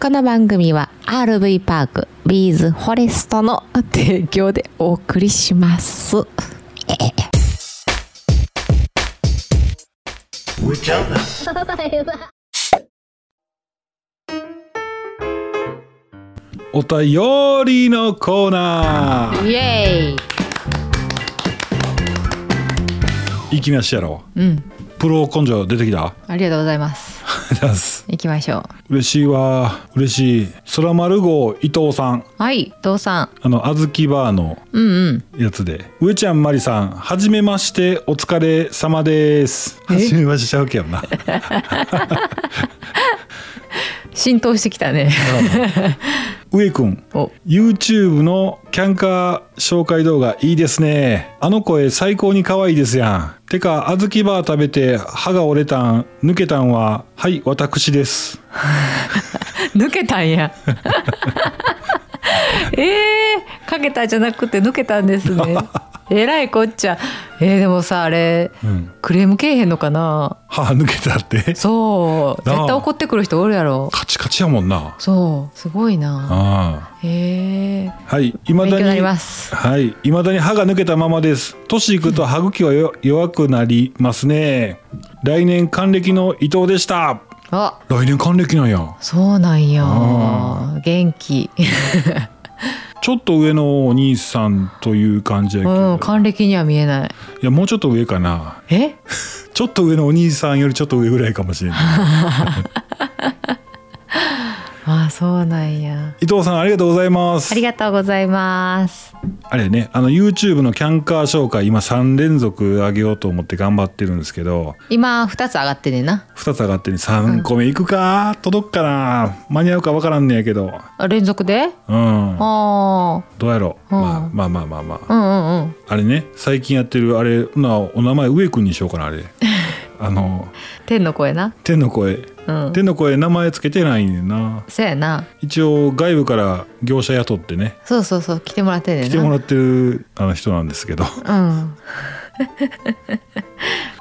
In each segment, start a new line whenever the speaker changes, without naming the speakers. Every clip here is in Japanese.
この番組は RV パークビーズフォレストの提供でお送りします。
お便りのコーナー
イエーイ。
いきなしやろ
うん、
プロ根性出てきた
ありがとうございます。
ダンス
行きましょう。
嬉しいわ嬉しい空丸号伊藤さん
はい、父さん。
あのあずきバーの
うんうん。
やつで上ちゃんまりさんはじめましてお疲れ様ですはじめましてちゃうけやんな
浸透してきたね。
上くん
お、
YouTube のキャンカー紹介動画いいですねあの声最高に可愛いですやんてかあずきバー食べて歯が折れたん抜けたんははい私です
抜けたんや。 えー、かけたじゃなくて抜けたんです ね。えらいこっちゃ。えー、でもさ、あれ、
うん
クレームけえへんのかな。
歯抜けたって
そう、
なあ
絶対怒ってくる人おるやろ。
カチカチやもんな
そう、すごいな。
あ
えー、
あはいいま
勉
だ
強にな
に
ります。
はい未だに歯が抜けたままです年いくと歯茎はよ弱くなりますね来年還暦の伊藤でした
あ、
来年還暦なんや
そうなんや
う。
元気。
ちょっと上のお兄さんという感じやけど、
うん、還暦には見えない。
いやもうちょっと上かな
え、
ちょっと上のお兄さんよりちょっと上ぐらいかもしれ ない
あ、そうなんや。
伊藤さんありがとうございます
ありがとうございます。
あれねあの YouTube のキャンカー紹介今3連続上げようと思って頑張ってるんですけど
今二つ上がってねんな。
2つ上がってね3個目いくか、届くかな間に合うかわからんねやけど
あ連続で。
うん
あ
どうやろう、
うん
まあ、まあまあまあまあ、
あ、うんうんうん。
あれね最近やってるあれなお名前上くんにしようか なあれあの
天の声な。
天の声
うん。
天の声名前つけてないねんな
そやな。
一応外部から業者雇ってね
そうそうそう、来てもらってんねん
来
な。
てもらってるあの人なんですけどっ
うん。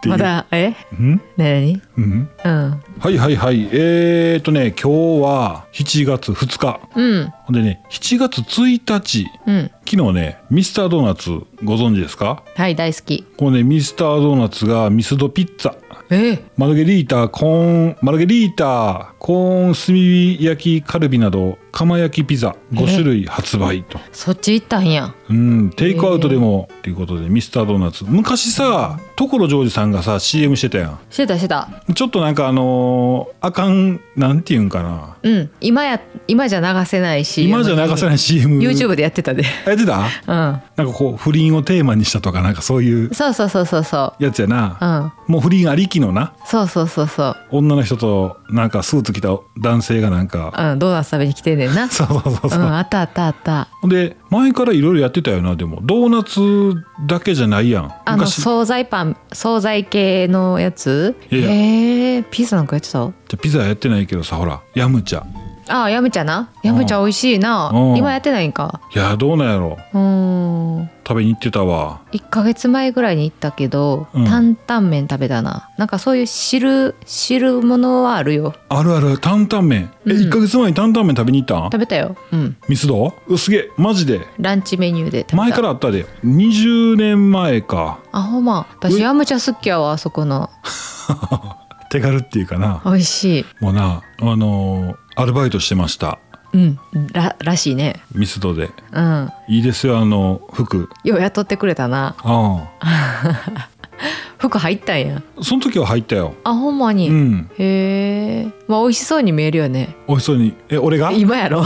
ていう
まだ、え、
うん、
なに。
うん、
うん。
はいはいはいえー、っとね今日は7月2日
うん。
ほんでね7月1日
うん。
昨日ねミスタードーナツご存知ですか
はい、大好き。
このねミスタードーナツがミスドピッツァ
え、
マルゲリータコーンマルゲリータコーン炭火焼きカルビなど釜焼きピザ5種類発売と
そっち行ったんや。
うんテイクアウトでもということでミスタードーナツ昔さ所ジョージさんがさ CM してたや
してたしてた。
んちょっとなんかあのーあかんなんていうんかな
うん。今や、今じゃ流せないし。。
今じゃ流せないい CM
YouTube でやってたで。
やってた
うん。
なんかこう不倫をテーマにしたとかなんかそういう
そうそうそうそうそ
やつや
う。う。
なんもう不倫ありきのな
そうそうそうそう。
女の人となんかスーツ着た男性がなんか
うん、ドーナツ食べに来てんねんな。
そうそうそう
う
そ
ん、
う
あったあったあった。
ほんで前からいろいろやってたよなでもドーナツだけじゃないやん
あの
昔じゃ
惣菜パン惣菜系のやつ
いやいや
へえピザなんかやってた
あピザやってないけどさほらヤムチャ
あヤムチャなヤムチャ美味しいな
うん
今やってないんか
いやどうなんやろ
うーん
食べに行ってたわ
1ヶ月前ぐらいに行ったけど、
うん
担々麺食べたななんかそういう汁汁物はあるよ
あるある担々麺え、
うん
一1か月前に担々麺食べに行ったん
食べたようん
ミスドうすげえマジで
ランチメニューで食べた
前からあったで20年前か
あほんま
う
私
ん
ヤムチャ好きやわあそこの
手軽っていうかな
美味しい
もうなあのーアルバイトしてました
うんららしいね
ミスドで
うん
いいですよあの服
よう雇ってくれたな
ああ
服入ったんや
その時は入ったよ
あほんまに、
うん
へえ、まあ美味しそうに見えるよね。
美味しそうにえ俺がうん
今やろ。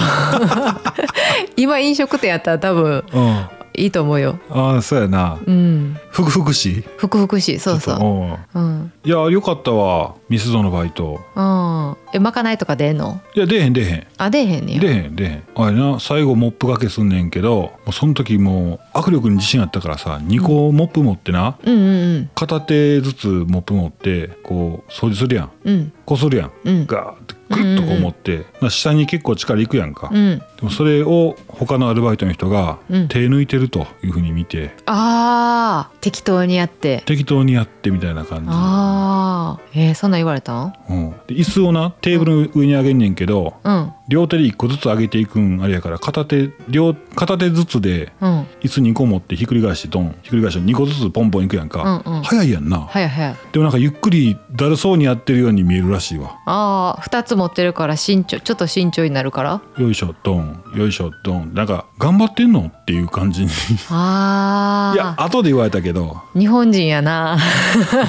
今飲食店やったら多分
あ
いいと思うよ。
あそうやな
うん、
ふくふくし
ふくふくしい、そう
ち
そ
ょっ
う。うん、
とうんいやよかったわミスドのバイト
うん、えまかないとか出んの？
いや出えへん出えへん
あ出えへんね
出え
や。
へん出えへんあれな最後モップがけすんねんけどもうその時もう握力に自信あったからさ2個モップ持ってな、
うんうん
片手ずつモップ持ってこう掃除するやん
うんうん
こするやん
うん
ガーってグッとこう持って、な下に結構力いくやんか、
うん
でもそれを他のアルバイトの人が
うん
手抜いてるというふうに見て、
あー適当にやって
適当にやってみたいな感じ、
あーえー、そんなん言われたん
うん、で椅子をなテーブルの上に上げんねんけど、
うん
両手で一個ずつ上げていくんあれやから片手両片手ずつで
うん
椅子2個持ってひっくり返してドンひっくり返して2個ずつポンポンいくやんか、
うんうん
早いやんな
早い早い
でもなんかゆっくりだるそうにやってるように見えるらしいわ
ああ2つ持ってるから慎重ちょっと慎重になるから
よいしょドンよいしょドンなんか頑張ってんのっていう感じにいや
ああ
後で言われたけ ど
日本人やな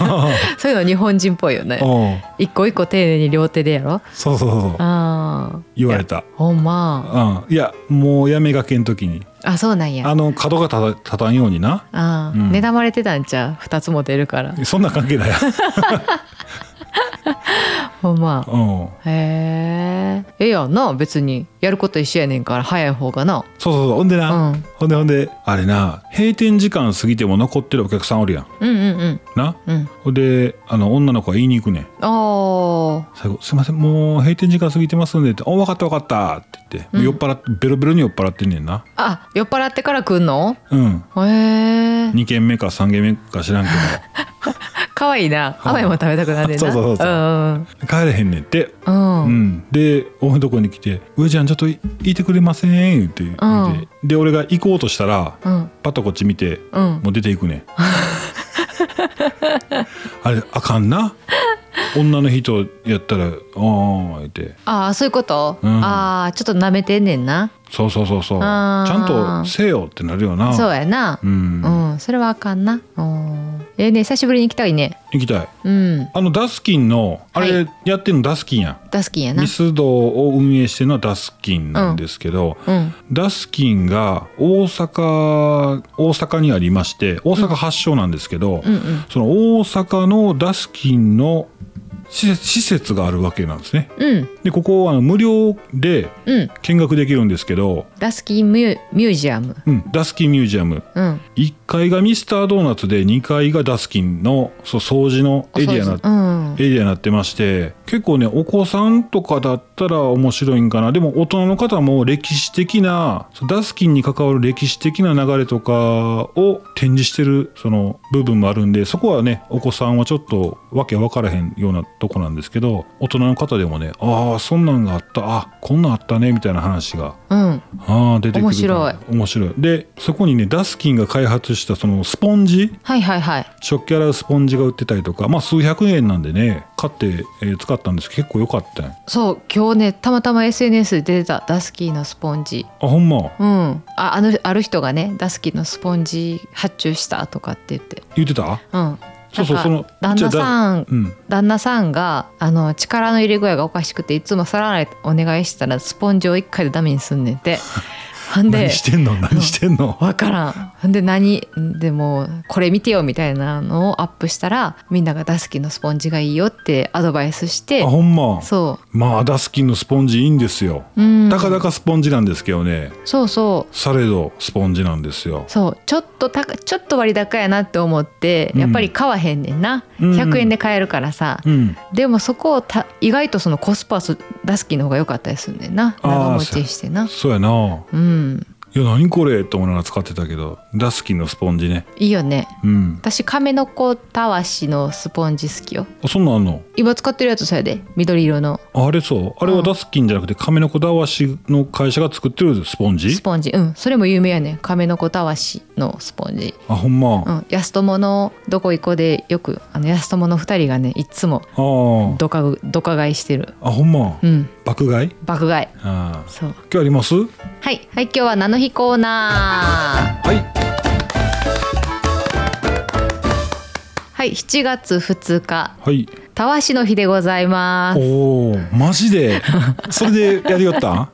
あ
そういうの日本人っぽいよね
あ
一個一個丁寧に両手でやろ
そうそうそう
ああ
言われた
ほんま
うん、いやもうやめがけん時に
あそうなんや
あの角が立た立たんようにな
ああ、
うん
ねだまれてたんちゃう2つ持てるから
そんな関係 ない、
ほんま
うん、
へえええやんな別にやること一緒やねんから早い方がな
そうそうそうほんで
う
な、
んうん
ほんでほんであれな閉店時間過ぎても残ってるお客さんおるやん
うんうん
な
うん
ほんであの女の子が言いに行くねん
あ
最後「すいませんもう閉店時間過ぎてますんで」って「お分かった分かった」って言って、
うん
酔っ払ってベロベロに酔っ払ってんねんな
ああ酔っ払ってから来んの
うん
へえ
2軒目か3軒目か知らんけ
可愛いな
はい
甘いもん食べたくなるねんな
そうそうそうそうんど帰れへんねんって
うん
う
うん
ん、で俺のとこに来て「上ちゃんちょっといいてくれません」って言って、
うん
で俺が行こうとしたら
うん
パッとこっち見て
うん
もう出てい くねんあれあかんな女の人やったら「ああ」って
ああそういうこと、
うん
ああちょっと舐めてんねんな
「そうそうそうそうち
あー
ゃんとせよ」ってなるよな
そうやな
う、
うんん、それはあかんなうんええね久しぶりに行きたいね
行きたい
うん
あのダスキンのあ
は
れやってんのダスキンやん、
大好きやな
ミスドを運営してるのはダスキンなんですけど、
うん
ダスキンが大阪大阪にありまして大阪発祥なんですけど、
うんうん
その大阪のダスキンの施設施設があるわけなんですね。
うん
でここはあの無料で
うん
見学できるんですけど、
ダスキーミュミュージアム
うん、ダスキンミュージアム
うん
1階がミスタードーナツで2階がダスキンのそう掃除のエリアになって。
うん
エリアになってまして結構ねお子さんとかだったら面白いんかなでも大人の方も歴史的なそうダスキンに関わる歴史的な流れとかを展示してるその部分もあるんでそこはねお子さんはちょっとわけわからへんようなとこなんですけど大人の方でもねああそんなんがあったあこんなんあったねみたいな話が
うん
あー出てくる
面白い
面白いでそこにねダスキンが開発したそのスポンジ
はいはいはい
食器洗うスポンジが売ってたりとか、まあ、数百円なんでね買って、えー使ったんですけど結構良かったんあ
そう今日ねたまたま SNS で出てたダスキーのスポンジ
ほんま
うんああのある人がねダスキーのスポンジ発注したとかって言って
言ってた
うん
そうそう
なんか
その
旦那さん
うん
旦那さんがあの力の入れ具合がおかしくていつも皿洗いお願いしたらスポンジを一回でダメにすんねん てほんで
何してんの何してんの
わからんほんで何でもこれ見てよみたいなのをアップしたらみんながダスキのスポンジがいいよってアドバイスして
あほんま
そ
まあダスキンのスポンジいいんですよ
ううん
たかだかスポンジなんですけどね
そうそう
されどスポンジなんですよ
そうちょっとたちょっと割高やなって思って
うん
やっぱり買わへんねんな、
うん
100円で買えるからさ、
うん
でもそこをた意外とそのコスパはそダスキの方が良かったりすんねんな
あー
長持ちしてな
そうやな
うん
いや何これと思いながら使ってたけどダスキンのスポンジね
いいよね
うん
私亀の子たわしのスポンジ好きよ
あそんなんあんの
今使ってるやつそれで緑色の
ああれそうあれはダスキンじゃなくて亀のこだわしの会社が作ってるスポンジ
スポンジうんそれも有名やねん亀の子たわしのスポンジ
あほんま、
う
あ
ん安友のどこ行こでよくあの安友の2人がねいっつも
あ
どかぐどか買いしてる
あほんま、
うん
爆買い
爆買い
ああ
そう
今日ありますは
はいはい今日は「ナノ日コーナー
い」
はい7月2日
はい
たわしの日でございます
おおマジ でそれでやりよったん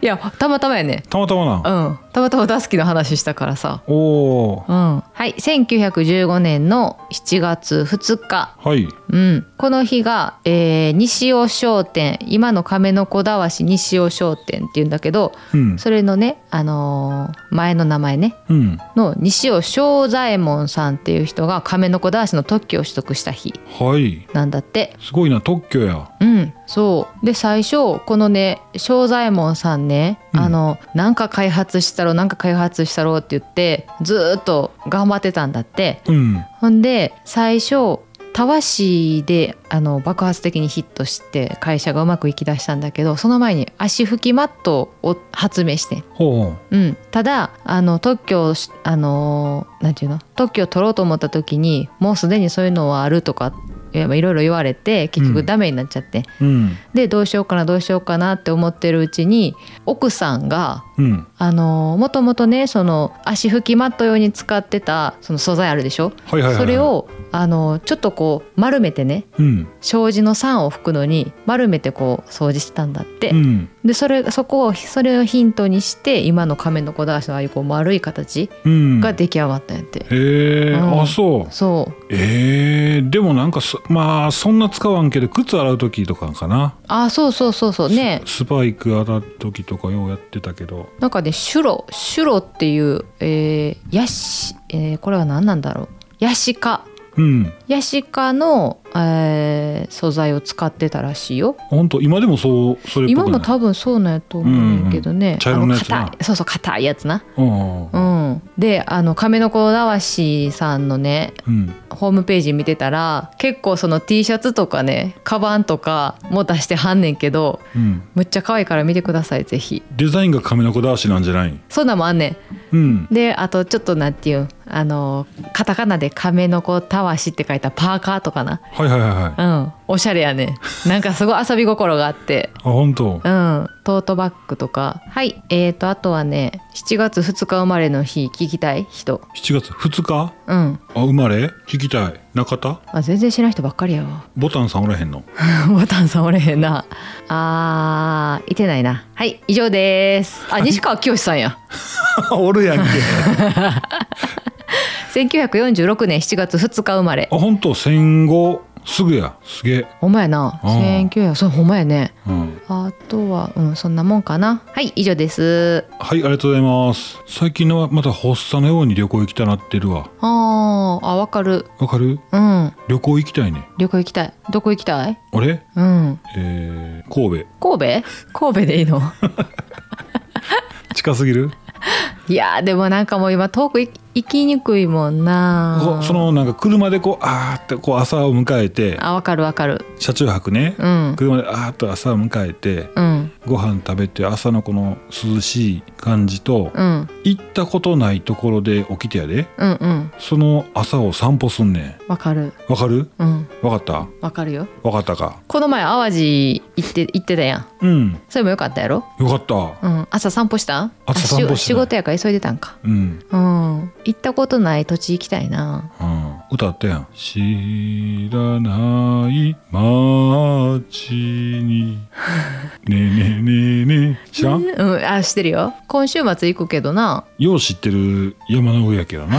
いやたまたまやね
たまたま
う
なん
たまたまダスキの話したからさ
おお
うんはい1915年の7月2日
はい
うん、この日が、えー西尾商店今の亀の子だわし西尾商店っていうんだけど
うん
それのね、あのー前の名前ね
うん
の西尾正左衛門さんっていう人が亀の子だわしの特許を取得した日
はい
なんだって
すごいな特許や
うんそうで最初このね正左衛門さんね
うん
あのなんか開発したろなんか開発したろって言ってずーっと頑張ってたんだって
うん
ほんで最初たわしであの爆発的にヒットして会社がうまくいきだしたんだけどその前に足拭きマットを発明してん
ほ
うん、ただあの特許をしあのーなんていうの特許を取ろうと思った時にもうすでにそういうのはあるとかいやまあいろいろ言われて結
う
局
ん
ダメになっちゃって、
ううん
でどうしようかなどうしようかなって思ってるうちに奥さんが
うん
あのーもともとねその足拭きマット用に使ってたその素材あるでしょ、
はいはいはいはい
それをあのーちょっとこう丸めてね
うん
障子の酸を拭くのに丸めてこう掃除してたんだって。
うん
でそれそこをそれをヒントにして今の亀の子だわしのああいうこう丸い形
うん
が出来上がったんやって、
へえ
うん
あそう
そう
えー、でもなんかそまあそんな使わんけど靴洗う時とかかな
あそうそうそうそうね
スパイク洗う時とかようやってたけど
なんかねシュロシュロっていう、えーヤシえーこれは何なんだろうヤシ科
うん
ヤシ科の、えー素材を使ってたらしいよ
本当今でもそうそれっぽ
今
くない
も多分そうなんやと思うねんけどね、
うんうん茶色のやつな
あ硬いそうそう硬いやつな
うん
うんであの亀の子だわしさんのね
うん
ホームページ見てたら結構その T シャツとかねカバンとかも出してはんねんけど
うん
むっちゃ可愛いから見てくださいぜひ
デザインが亀の子だわしなんじゃない
そんなんもあんね
うん
んであとちょっとなんていうんあのカタカナで「亀の子たわし」って書いたパーカーとかな
はいはいはいはいあ
うんおしゃれやねんなんかすごい遊び心があって
本当
うんトートバッグとかはいえー、とあとはね7月2日生まれの日聞きたい人
7月2日
うん
あ生まれ聞きたい中田
あ全然知らん人ばっかりやわ
ボタンさんおらへんの
ボタンさんおれへんな。あー、いてないな。はい、以上です。あ、西川きよしさんや。
おるやんけ
1946年7月2日生まれ。
あ本当戦後すぐやすげえ
ほんまやな。
うん
1900、そう、ほんまやね。
うん
あとは、うん、そんなもんかな。はい、以上です。
はいありがとうございます最近のはまた発作のように旅行行きたなってるわ
あー、あ、わかる。
わかる
うん。
旅行行きたいね
旅行行きたい。どこ行きたい
俺
うん。
えー、神
神戸神戸でいいの
戸近すぎる
いやー、でもなんかもう今遠く行き行きにくいもんな
こ。そのなんか車でこうあーってこう朝を迎えて
あ、わかるわかる。
車中泊ね、
うん。
車であーっと朝を迎えて
うん。
ご飯食べて朝のこの涼しい感じと、
うん。
行ったことないところで起きてやで
うんうん。
その朝を散歩すんね
わかる。
んわかる
うん。
わかった
わかるよ
わかったか
この前淡路行って行ってたや
う
ん
ん
それもよかったやろ、
よかった
うん、朝散歩したん
朝散歩してない
あ仕仕事やから急いでたんか
うん、
うん行ったことない土地行きたいな
うん、歌ったやん「知らない街 に」ねえねえねえねえ知らん
うんあ知ってるよ今週末行くけどな
よう知ってる山の上やけどな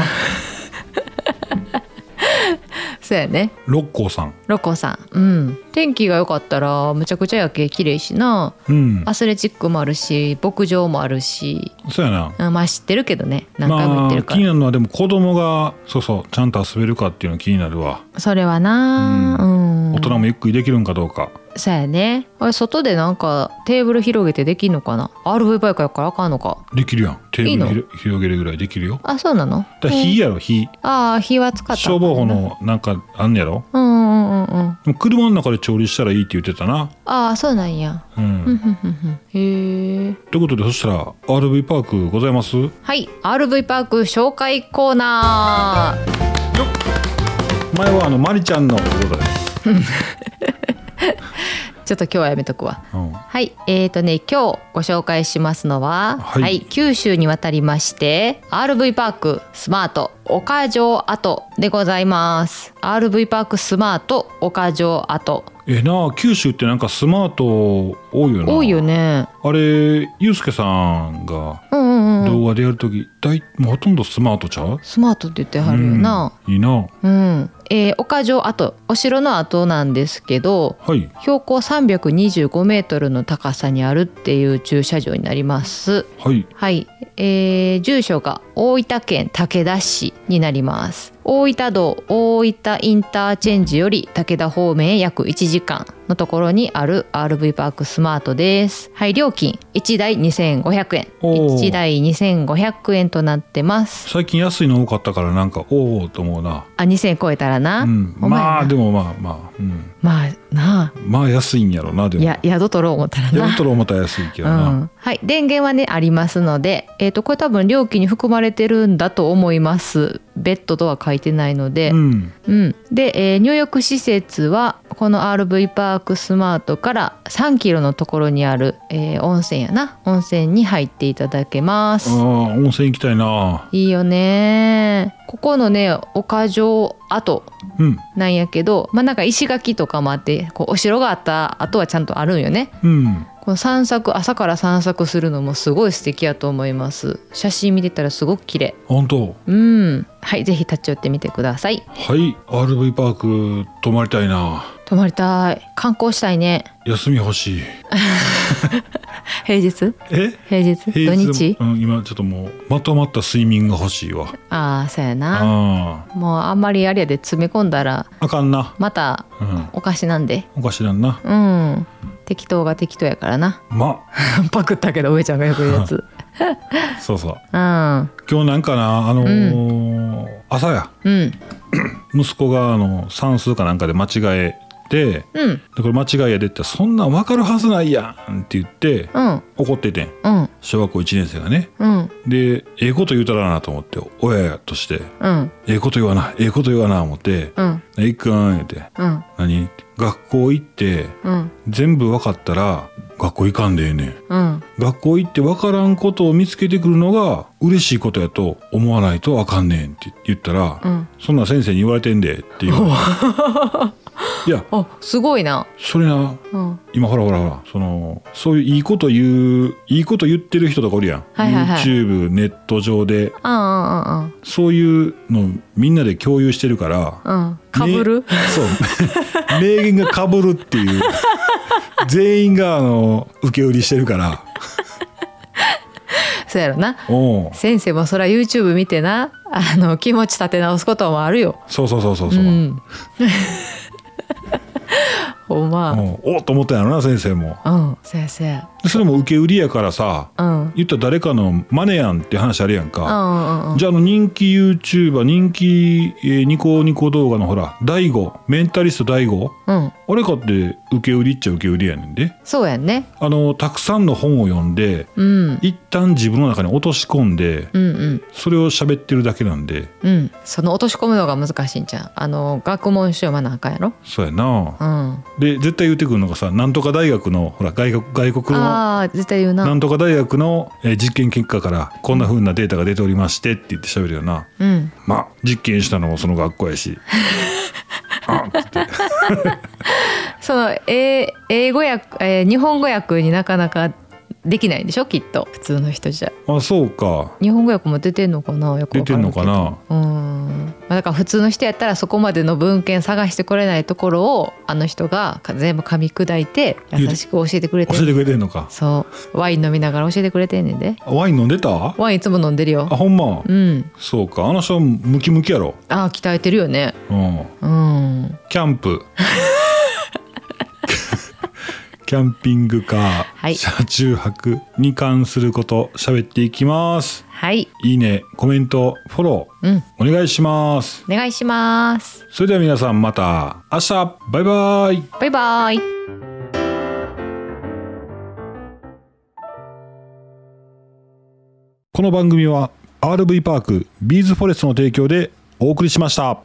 そうやね
六甲さん
ロコさんうん天気が良かったらむちゃくちゃ夜景綺麗しな
うん
アスレチックもあるし牧場もあるし、
そうやな
うん、まあ知ってるけどね何回も
ま
行って
あ
る
気
か
に
ら、
なるのはでも子供がそうそうちゃんと遊べるかっていうの気になるわ、
それはなうん、
大人もゆっくりできるんかどうか
そうやねあれ外でなんかテーブル広げてできんのかな RV バイクやからあかんのか
できるやんテ
いい
ー
の
ブルひろ広げるぐらいできるよ
あそうなの
だから火やろ火
ああ火は使った
消防法のなんかあんねやろ
うんうんうんうん
でも車の中で調理したらいいって言ってたな
ああそうなんや
うん
ふんふんふんふんへえ
ということでそしたら RV パークございます
はい RV パーク紹介コーナー
前はあのマリちゃんのということで、
ちょっと今日はやめとくわ
うん、
はいえーとね今日ご紹介しますのは、
はい
九州に渡りまして RV パークスマート岡城跡でございます RV パークスマート岡城跡
ええなあ九州ってなんかスマート多いよな
多いよね
あれゆうすけさんが
うんうんうん
動画でやるとき、大もうほとんどスマートちゃう
スマートって言ってはるよな、
うんいいな
うんえー岡城跡お城の跡なんですけど
はい
標高325メートルの高さにあるっていう駐車場になります
はい
はい、えー住所が大分県武田市になります大分道大分インターチェンジより武田方面へ約1時間のところにある RV パークスマートですはい料金1台2500円
おー
1台2500円となってます
最近安いの多かったからなんかおおと思うな
あ2000超えたらな、
うん
お前
まあ
な
でもまあまあうん
まあなあ
まあ安いんやろなでも
や宿取ろう思ったらな
ヤマトロ思ったら安いけどな、
うん、はい電源はねありますので、えー、とこれ多分料金に含まれてるんだと思いますベッドとは書いてないので、
うん
うんで、えー入浴施設はこの RV パークスマートから3キロのところにある、えー温泉やな温泉に入っていただけます
ああ温泉行きたいない
いよねここのね岡城跡
うん
なんやけどまあなんか石垣とかもあってこうお城があった跡はちゃんとあるんよね
うん
この散策朝から散策するのもすごい素敵やと思います写真見てたらすごく綺麗
本当
うんはいぜひ立ち寄ってみてください
はい RV パーク泊まりたいな
泊まりたい観光したいね
休み欲しい
平日
え
平日
平
土
日
日
うん、今ちょっともうまとまった睡眠が欲しいわ
ああそうやな
あ
もうあんまりあれやで詰め込んだら
ああかんな
また
うん
お菓子なんで
おかしらんな
うん適当が適当やからな
ま
パクったけど上ちゃんがよく言うやつ
あそうそう
うん
今日なんかなあのー朝や
うん
息子があの算数かなんかで間違えて
うん
でこれ間違いやでってそんなん分かるはずないやんって言って
うん
怒っててん
うん
小学校1年生がね
うん
でええこと言うたらなと思って親やとして
うん
ええこと言わなええこと言わな思って
うん
「いっくん」言うて
うん
「何?」学校行って
うん
全部分かったら学校行かんでええねん
うん
学校行って分からんことを見つけてくるのが嬉しいことやと思わないとあかんねんって言ったら、
うん
そんなん先生に言われてんでっていういや
あすごいな
それな
うん
今ほらほらほらそのそういういいこと言ういいこと言ってる人とかおるやん、
はいはいはい
YouTube ネット上で
ああ
そういうのみんなで共有してるから
あああうんかぶる、
めそう 名言がかぶるっていう全員があの受け売りしてるから
そうやろな
おう
先生もそら YouTube 見てなあの気持ち立て直すこともあるよ
そうそうそうそうそうう、
んほん
う
ま
んおっと思ったんやろな先生も
うんそうやそうや
でそれも受け売りやからさ
うんうん
言ったら誰かのマネやんって話あるやん
う
か、
んうん
じゃああの人気 YouTuber 人気、えーニコニコ動画のほら大悟メンタリスト大悟
うん
あれかって受け売りっちゃ受け売りやねんで
そうやんね
あのたくさんの本を読んで
うん
一旦自分の中に落とし込んで
うんうん
それを喋ってるだけなんで
うんその落とし込むのが難しいんじゃんあの学問書読まなあかんやろ
そうやな
うん
で絶対言ってくるのがさなんとか大学のほら外国外国の
ああ絶対言うな
なんとか大学のえー実験結果からこんな風なデータが出ておりましてって言って喋るよな。
うん
まあ実験したのもその学校やし。あっって
その英英語訳、えー日本語訳になかなかできないんでしょきっと普通の人じゃ
あそうか
日本語訳も出てんのかなよく
出
わ
て
ら
ん
け
の
ど
かな。
うーんまあだから普通の人やったらそこまでの文献探してこれないところをあの人がか全部噛み砕いて優しく教えてくれて
教えてくれてんのか。
そうワイン飲みながら教えてくれてんねんで
ワイン飲んでた？あ
ワインいつも飲んでるよ
ほんま。
うん
そうかあの人ムキムキやろ。
ああ鍛えてるよね
うん。
うん
キャン プ。キャンピングカー、
はい
車中泊に関すること喋っていきます。
はい
いいね、コメント、フォロ
うん
ーお願いします。
お願いします
それでは皆さんまた明日バイバイ
バイバイ
この番組は RV パークビーズフォレストの提供でお送りしました。